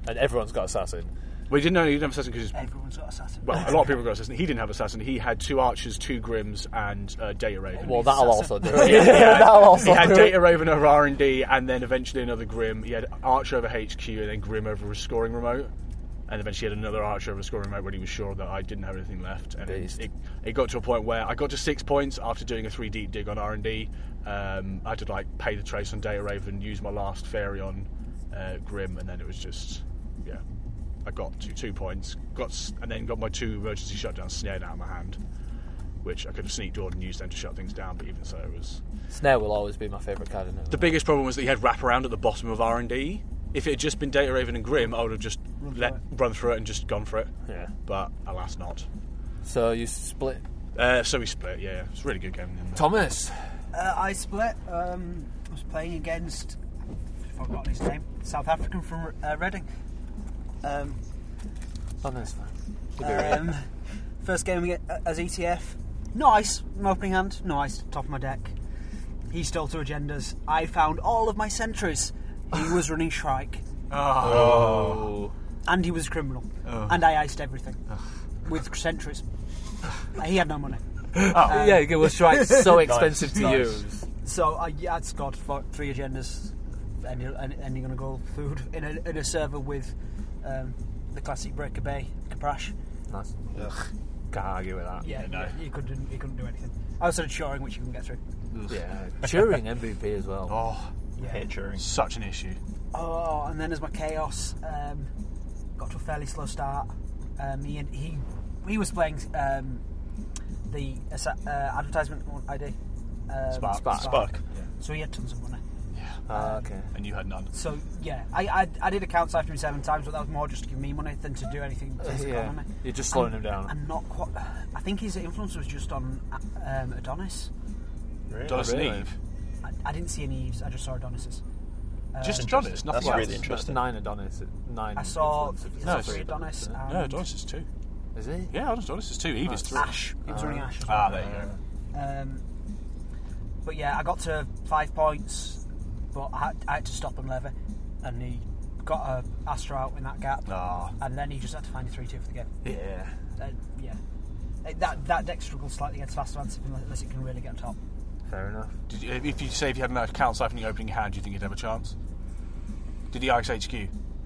Speaker 2: And everyone's got assassin.
Speaker 3: Well, he didn't know he didn't have assassin because
Speaker 12: Everyone's got assassin.
Speaker 3: well, a lot of people got assassin. He didn't have assassin. He had two archers, two grims, and uh, data raven.
Speaker 2: Well, that'll also do it. that'll also
Speaker 3: he had
Speaker 2: do it.
Speaker 3: data raven over R and D, and then eventually another grim. He had archer over HQ, and then grim over a scoring remote, and eventually he had another archer over a scoring remote when he was sure that I didn't have anything left. And it,
Speaker 2: Beast.
Speaker 3: it, it got to a point where I got to six points after doing a three deep dig on R and D. Um, I had to like pay the trace on data raven, use my last fairy on uh, grim, and then it was just yeah. I got to two points, got s- and then got my two emergency shutdowns snared out of my hand
Speaker 5: which I could have sneaked Jordan and used them to shut things down, but even so, it was.
Speaker 2: Snare will always be my favourite card in it.
Speaker 5: The biggest problem was that he had wraparound at the bottom of R and D. If it had just been Data Raven and Grim, I would have just let run through it and just gone for it.
Speaker 2: Yeah.
Speaker 5: But alas, not.
Speaker 2: So you split.
Speaker 5: Uh, so we split. Yeah, it's a really good game. Isn't it?
Speaker 2: Thomas,
Speaker 8: Uh, I split. Um, I was playing against. I've forgotten his name. South African from uh, Reading. Um,
Speaker 2: Oh, no, it's fine.
Speaker 8: um, first game we get uh, as ETF. Nice. My opening hand. Nice. Top of my deck. He stole two agendas. I found all of my sentries. He was running Shrike.
Speaker 2: Oh.
Speaker 8: And he was a criminal. And I iced everything. With sentries. he had no money.
Speaker 2: Oh,
Speaker 8: Um,
Speaker 2: yeah, it was right. So expensive
Speaker 4: expensive
Speaker 2: to
Speaker 4: to Nice.
Speaker 2: use.
Speaker 8: So I, yeah, I'd scored for three agendas, and you're, and, and you're going to go food in a, in a server with um, the classic Breaker Bay Caprash.
Speaker 2: Nice. Can't argue with that.
Speaker 8: Yeah, no. you, couldn't you couldn't do anything. I was sort of shoring, which you couldn't get through.
Speaker 2: Yeah. Turing MVP as well.
Speaker 5: Oh,
Speaker 8: Yeah.
Speaker 5: such an issue.
Speaker 8: Oh, and then as my chaos um, got to a fairly slow start, um, he and he he was playing um, the assa- uh, advertisement one ID. Um,
Speaker 5: Spark.
Speaker 2: Spark.
Speaker 8: So he had tons of money.
Speaker 2: Ah, okay.
Speaker 5: And you had none.
Speaker 8: So yeah, I, I, I did accounts after him seven times, but that was more just to give me money than to do anything to his
Speaker 2: yeah.
Speaker 8: economy.
Speaker 2: You're just slowing him down.
Speaker 8: And not quite. I think his influence was just on um, Adonis.
Speaker 5: Donis and
Speaker 2: Really?
Speaker 5: Eve.
Speaker 8: I, I didn't see any Eves. I just saw Adonis's.
Speaker 5: Just
Speaker 4: That's
Speaker 5: Donis. Nothing else.
Speaker 4: really
Speaker 2: That's
Speaker 4: interesting.
Speaker 2: nine Adonis. Nine.
Speaker 8: I saw
Speaker 2: influences.
Speaker 5: No,
Speaker 8: no,
Speaker 5: it's-
Speaker 8: Adonis. And
Speaker 5: No, Donis is two.
Speaker 2: Is he?
Speaker 5: Yeah, Donis, Donis is two. Eve is three.
Speaker 8: Ash. He was running Ash. as well.
Speaker 5: Ah, there you go.
Speaker 8: Um, but yeah, I got to five points, but I had, I had to stop and lever, and he got a Astro out in that gap,
Speaker 5: Ah.
Speaker 8: and then he just had to find a three-two for the game.
Speaker 5: Yeah.
Speaker 8: Uh, yeah. Uh, That that deck struggles slightly against fast advance unless it can really get on top.
Speaker 2: Fair enough.
Speaker 5: Did you, if you say if you had an account siphon in your opening hand, do you think you'd have a chance? Did he ice HQ?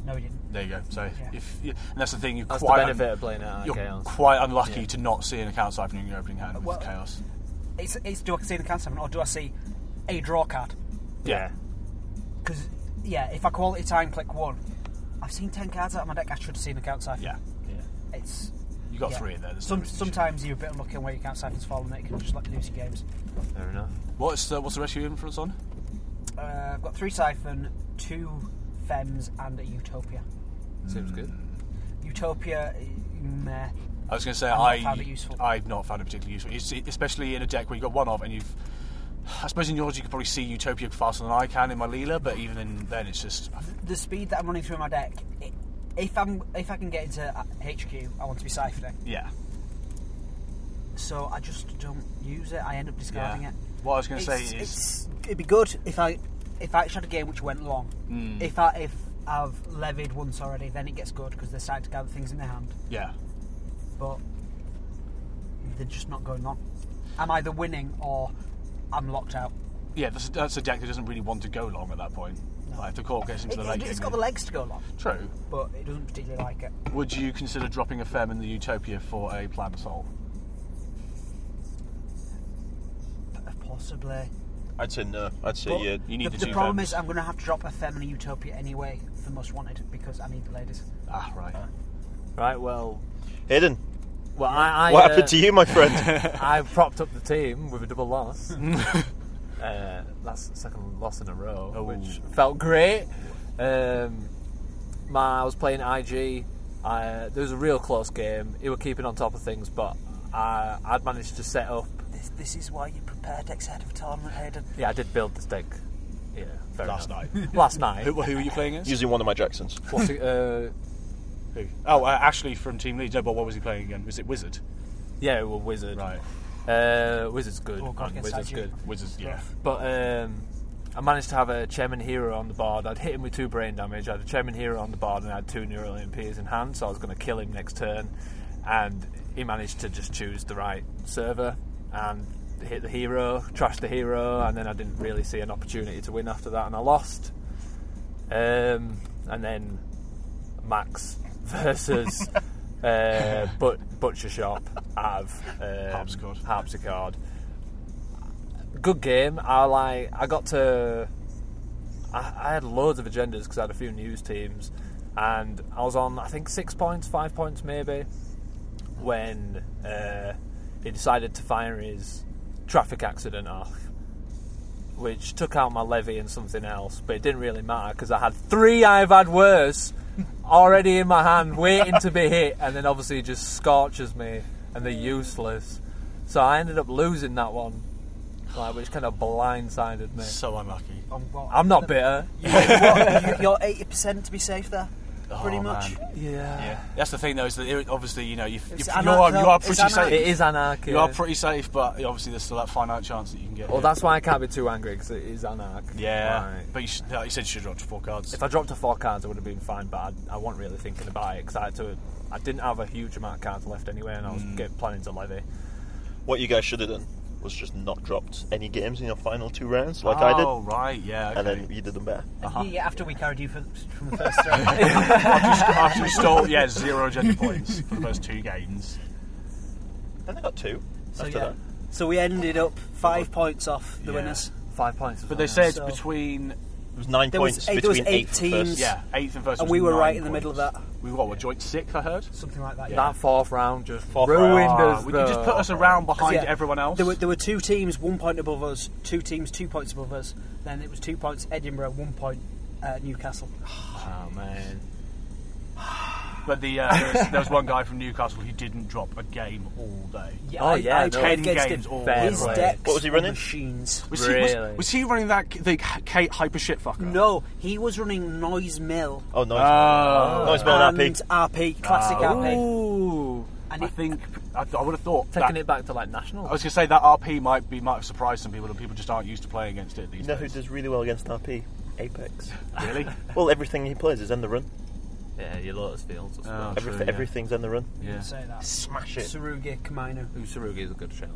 Speaker 8: No, he didn't.
Speaker 5: There you go. So
Speaker 8: Yeah.
Speaker 5: if and that's the thing, you're
Speaker 2: That's
Speaker 5: quite
Speaker 2: the benefit of playing it on
Speaker 5: you're
Speaker 2: chaos.
Speaker 5: quite unlucky to not see an account siphon in your opening hand with
Speaker 8: Uh, Well-
Speaker 5: chaos.
Speaker 8: It's, it's do I see the cancer or do I see a draw card?
Speaker 5: Yeah.
Speaker 8: Because yeah, if I quality time click one, I've seen ten cards out of my deck. I should have seen the count siphon.
Speaker 5: Yeah.
Speaker 8: it's
Speaker 5: You got
Speaker 8: yeah.
Speaker 5: three in there. there's no
Speaker 8: Some,
Speaker 5: reason you
Speaker 8: sometimes you're a bit unlucky on where your count siphon's fallen. and It can just like lose your games.
Speaker 2: Fair enough.
Speaker 5: shouldn't. What's the, what's the rest of your influence on?
Speaker 8: Uh, I've got three siphon, two fems, and a utopia.
Speaker 2: Seems good.
Speaker 8: Utopia, eh, meh.
Speaker 5: I was going to say
Speaker 8: not
Speaker 5: I
Speaker 8: found it useful.
Speaker 5: I've not found it particularly useful, it's, especially in a deck where you've got one of and you've. I suppose in yours you could probably see Utopia faster than I can in my Leela, but even in, then it's just
Speaker 8: The speed that I'm running through my deck. i if I'm if I can get into uh, HQ, I want to be siphoning.
Speaker 5: yeah.
Speaker 8: so I just don't use it. I end up discarding
Speaker 5: Yeah.
Speaker 8: it.
Speaker 5: What I was going to
Speaker 8: It's-
Speaker 5: say is
Speaker 8: it's, it'd be good if I if I actually had a game which went long.
Speaker 5: Hmm.
Speaker 8: If I if I've levied once already, then it gets good because they're starting to gather things in their hand.
Speaker 5: yeah.
Speaker 8: But they're just not going on. I'm either winning or I'm locked out.
Speaker 5: Yeah, that's, that's a deck that doesn't really want to go long at that point. Like if the court gets into
Speaker 8: It,
Speaker 5: the late
Speaker 8: it, has
Speaker 5: game,
Speaker 8: got the
Speaker 5: you-
Speaker 8: legs to go long,
Speaker 5: True.
Speaker 8: but it doesn't particularly like it.
Speaker 5: Would you consider dropping a Fem in the Utopia for a Plan Soul?
Speaker 8: Possibly.
Speaker 4: I'd say no. I'd say
Speaker 8: But
Speaker 4: yeah.
Speaker 5: you need
Speaker 8: the,
Speaker 5: the
Speaker 8: the
Speaker 5: two
Speaker 8: problem
Speaker 5: Fems.
Speaker 8: is I'm going to have to drop a Feminine Utopia anyway for Most Wanted because I need the ladies.
Speaker 5: Ah, right.
Speaker 2: Right. Well.
Speaker 4: Hidden.
Speaker 2: Well, I. I
Speaker 4: What
Speaker 2: uh,
Speaker 4: happened to you, my friend?
Speaker 2: I propped up the team with a double loss. uh, that's the second loss in a row,
Speaker 5: Oh.
Speaker 2: which felt great. Um, my, I was playing IG. I, there was a real close game. They were keeping on top of things, but I, I'd managed to set up.
Speaker 8: This, this is why you prepare decks ahead of a tournament, Hayden.
Speaker 2: Yeah, I did build this deck. Yeah, fair
Speaker 5: Last
Speaker 2: enough.
Speaker 5: night.
Speaker 2: Last night.
Speaker 5: who, who are you playing against?
Speaker 4: Using one of my Jacksons.
Speaker 2: What's it, uh,
Speaker 5: Who? Oh, uh, Ashley from Team Leeds. No, but what was he playing again? Was it Wizard?
Speaker 2: yeah, well, Wizard.
Speaker 5: Right.
Speaker 2: Uh, Wizard's good.
Speaker 8: Oh, God, against
Speaker 2: Wizard's
Speaker 8: IG.
Speaker 2: good.
Speaker 5: Wizards, yeah.
Speaker 2: But um, I managed to have a Chairman Hero on the board. I'd hit him with two brain damage. I had a Chairman Hero on the board and I had two Neural MPs in hand, so I was going to kill him next turn. And he managed to just choose the right server and hit the hero, trash the hero, and then I didn't really see an opportunity to win after that, and I lost. Um, and then Max versus uh, but Butcher Shop have um,
Speaker 5: Harpsichord.
Speaker 2: Harpsichord. Good game. I like. I got to. I, I had loads of agendas because I had a few news teams, and I was on I think six points, five points maybe, when uh, he decided to fire his traffic accident off, which took out my levy and something else, but it didn't really matter because I had three I've had worse already in my hand, waiting to be hit, and then obviously he just scorches me and they're useless. So I ended up losing that one, like, which kind of blindsided me.
Speaker 5: So unlucky.
Speaker 8: Um, well,
Speaker 2: I'm not bitter.
Speaker 8: what, you're eighty percent to be safe there, pretty
Speaker 5: Oh,
Speaker 8: much.
Speaker 5: man.
Speaker 2: Yeah.
Speaker 5: Yeah, that's the thing though. Is that it- obviously you know you you,
Speaker 8: It's
Speaker 5: you are you are
Speaker 8: anarcho- it's
Speaker 5: pretty safe.
Speaker 2: It is anarchy.
Speaker 5: You are pretty safe, but obviously there's still that finite chance that you can get.
Speaker 2: Well,
Speaker 5: hit.
Speaker 2: that's why I can't be too angry because it is anarchy.
Speaker 5: Oh, yeah.
Speaker 2: Right.
Speaker 5: But you, should, like you said you should drop to four cards.
Speaker 2: If I dropped to four cards, I would have been fine, but I, I wasn't really thinking about it because I had to. I didn't have a huge amount of cards left anyway, and I was get, planning to levy.
Speaker 4: What you guys should have done was just not dropped any games in your final two rounds, like I did,
Speaker 5: Oh right, yeah. Okay. Uh-huh.
Speaker 4: and then you did them better.
Speaker 8: Yeah, after we carried you for, from the first round.
Speaker 5: after you stole yeah zero gender points for the first two games.
Speaker 4: And I got two
Speaker 8: so,
Speaker 4: after
Speaker 8: yeah.
Speaker 4: that.
Speaker 8: so we ended up five points off the winners.
Speaker 2: Five points.
Speaker 5: But they said
Speaker 8: So-
Speaker 5: between
Speaker 4: It was nine
Speaker 8: There was
Speaker 4: points
Speaker 8: eight- there was
Speaker 4: between
Speaker 8: eight
Speaker 4: eighth and first.
Speaker 8: teams.
Speaker 5: yeah eighth and first,
Speaker 8: And
Speaker 5: was
Speaker 8: we were
Speaker 5: nine
Speaker 8: right in the middle of
Speaker 5: points.
Speaker 8: that.
Speaker 5: We were what were joint sixth, I heard.
Speaker 8: Something like that.
Speaker 2: that fourth round just ruined
Speaker 5: Ruined
Speaker 2: us.
Speaker 5: Would you just
Speaker 2: though.
Speaker 5: put us around behind
Speaker 8: Yeah.
Speaker 5: everyone else?
Speaker 8: There were, there were two teams, one point above us. Two teams, two points above us. Then it was two points Edinburgh, one point uh, Newcastle.
Speaker 2: Oh man.
Speaker 5: but the uh, there, was, there was one guy from Newcastle who didn't drop a game all day.
Speaker 2: Oh, yeah, no.
Speaker 8: played
Speaker 5: Ten
Speaker 8: against
Speaker 5: games
Speaker 8: him.
Speaker 5: all
Speaker 8: His
Speaker 2: the way.
Speaker 8: decks
Speaker 4: What was he
Speaker 8: were
Speaker 4: running?
Speaker 8: Machines.
Speaker 5: Was, he,
Speaker 2: Really?
Speaker 5: was, was he running that the Kate hyper shit fucker?
Speaker 8: No, he was running Noise Mill
Speaker 4: Oh, no.
Speaker 5: Oh.
Speaker 4: no, it's more than
Speaker 8: and
Speaker 4: RP.
Speaker 8: RP, classic
Speaker 4: Ah.
Speaker 8: RP.
Speaker 5: Ooh.
Speaker 8: And
Speaker 5: I
Speaker 8: it-
Speaker 5: think I, I would have thought
Speaker 2: Taking
Speaker 5: that,
Speaker 2: it back to like
Speaker 5: I
Speaker 2: national.
Speaker 5: was going to say that RP might be might have surprised some people, and people just aren't used to playing against it
Speaker 4: You
Speaker 5: these
Speaker 4: know who
Speaker 5: days.
Speaker 4: does really well against RP? Apex.
Speaker 5: really?
Speaker 4: Well, everything he plays is end the run.
Speaker 2: yeah, your Lotus Fields. Or
Speaker 5: Oh,
Speaker 4: Everyth-
Speaker 5: true, yeah.
Speaker 4: Everything's end the run.
Speaker 5: Yeah.
Speaker 8: Say that.
Speaker 4: Smash it.
Speaker 8: Sarugi Kamino.
Speaker 2: Usarugi is a good trailer.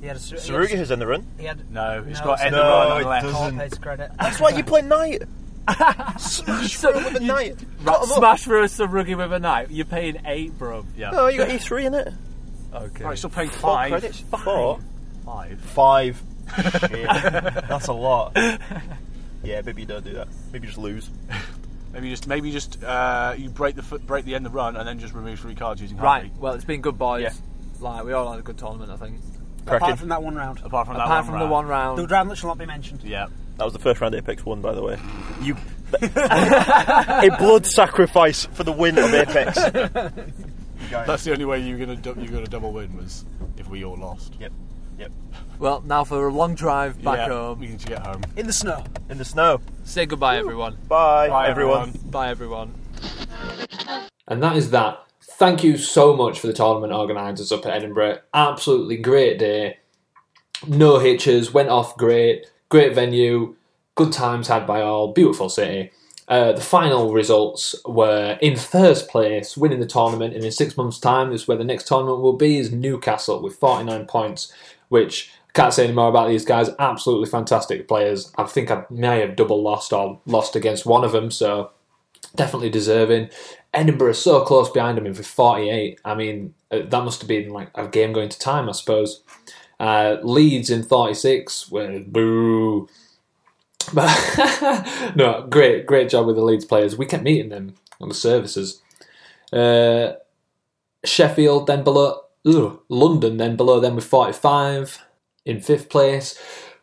Speaker 8: He had a Sar- he had-
Speaker 4: Saruga has end the run.
Speaker 8: He had
Speaker 5: No, it's
Speaker 8: No,
Speaker 5: got
Speaker 8: it's
Speaker 5: Ender
Speaker 4: not.
Speaker 5: Run
Speaker 4: No,
Speaker 5: on the
Speaker 4: it
Speaker 5: left.
Speaker 4: doesn't.
Speaker 8: Carl Pate's credit.
Speaker 4: That's why you play Knight. Smash through with a Knight. Cut 'em up.
Speaker 2: Smash for a Sarugi with a knife. You're paying eight, bro. Yeah.
Speaker 4: Oh, you got E3 in it.
Speaker 2: Okay.
Speaker 5: Right, still playing
Speaker 4: Four
Speaker 5: five.
Speaker 4: credits. Four.
Speaker 2: Five.
Speaker 4: Five. Shit. That's a lot. Yeah, maybe you don't do that. Maybe you just lose.
Speaker 5: Maybe you just maybe you just uh, you break the foot, break the end of the run, and then just remove three cards using
Speaker 2: Right.
Speaker 5: Harpy.
Speaker 2: Well, it's been good, boys.
Speaker 5: Yeah.
Speaker 2: Like we all had a good tournament, I think.
Speaker 8: Apart
Speaker 4: Cracking.
Speaker 8: from that one round.
Speaker 5: Apart from that
Speaker 2: Apart
Speaker 5: one
Speaker 2: from
Speaker 5: round.
Speaker 2: the one
Speaker 8: The
Speaker 2: round,
Speaker 8: round that shall not be mentioned.
Speaker 5: Yeah.
Speaker 4: That was the first round Apex won, by the way. You. a blood sacrifice for the win of Apex.
Speaker 5: That's the only way you're gonna du- you're gonna double win was if we all lost.
Speaker 4: yep. Yep.
Speaker 2: well, now for a long drive back
Speaker 5: yeah,
Speaker 2: home.
Speaker 5: We need to get home.
Speaker 8: In the snow.
Speaker 4: In the snow.
Speaker 2: Say goodbye, everyone.
Speaker 4: Bye, everyone.
Speaker 2: Bye, everyone.
Speaker 1: And that is that. Thank you so much for the tournament organisers up at Edinburgh. Absolutely great day. No hitches, went off great. Great venue, good times had by all. Beautiful city. Uh, the final results were in first place, winning the tournament, and in six months' time is where the next tournament will be is Newcastle with 49 points, which I can't say any more about these guys. Absolutely fantastic players. I think I may have double lost or lost against one of them, so definitely deserving. Edinburgh so close behind him in for 48. I mean, uh, that must have been like a game going to time, I suppose. Uh, Leeds in 36. Well, boo. But no, great, great job with the Leeds players. We kept meeting them on the services. Uh, Sheffield then below, ugh, London then below them with 45 in fifth place.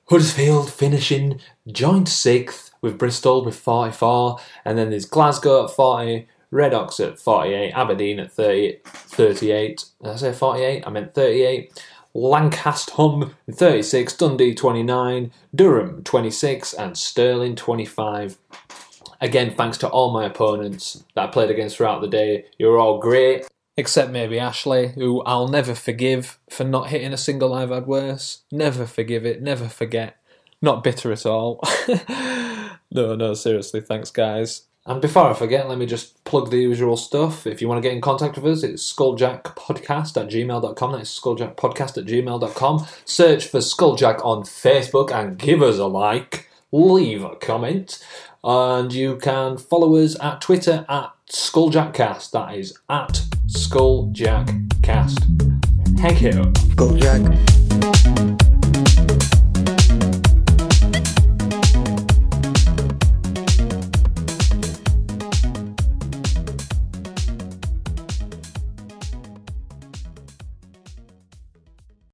Speaker 1: Huddersfield finishing joint sixth with Bristol with 44, and then there's Glasgow at 40, Red Ox at 48, Aberdeen at 30, 38. Did I say 48? I meant 38. Lancaster Hum 36, Dundee 29, Durham 26, and Sterling 25. Again, thanks to all my opponents that I played against throughout the day. You're all great except maybe Ashley, who I'll never forgive for not hitting a single I've had worse. Never forgive it, never forget. Not bitter at all. no, no, seriously, thanks, guys. And before I forget, let me just plug the usual stuff. If you want to get in contact with us, it's skulljackpodcast at gmail.com. That's skulljackpodcast at gmail.com. Search for Skulljack on Facebook and give us a like. Leave a comment. And you can follow us at Twitter at SkulljackCast. That is at SkulljackCast. Heck yeah. Skulljack.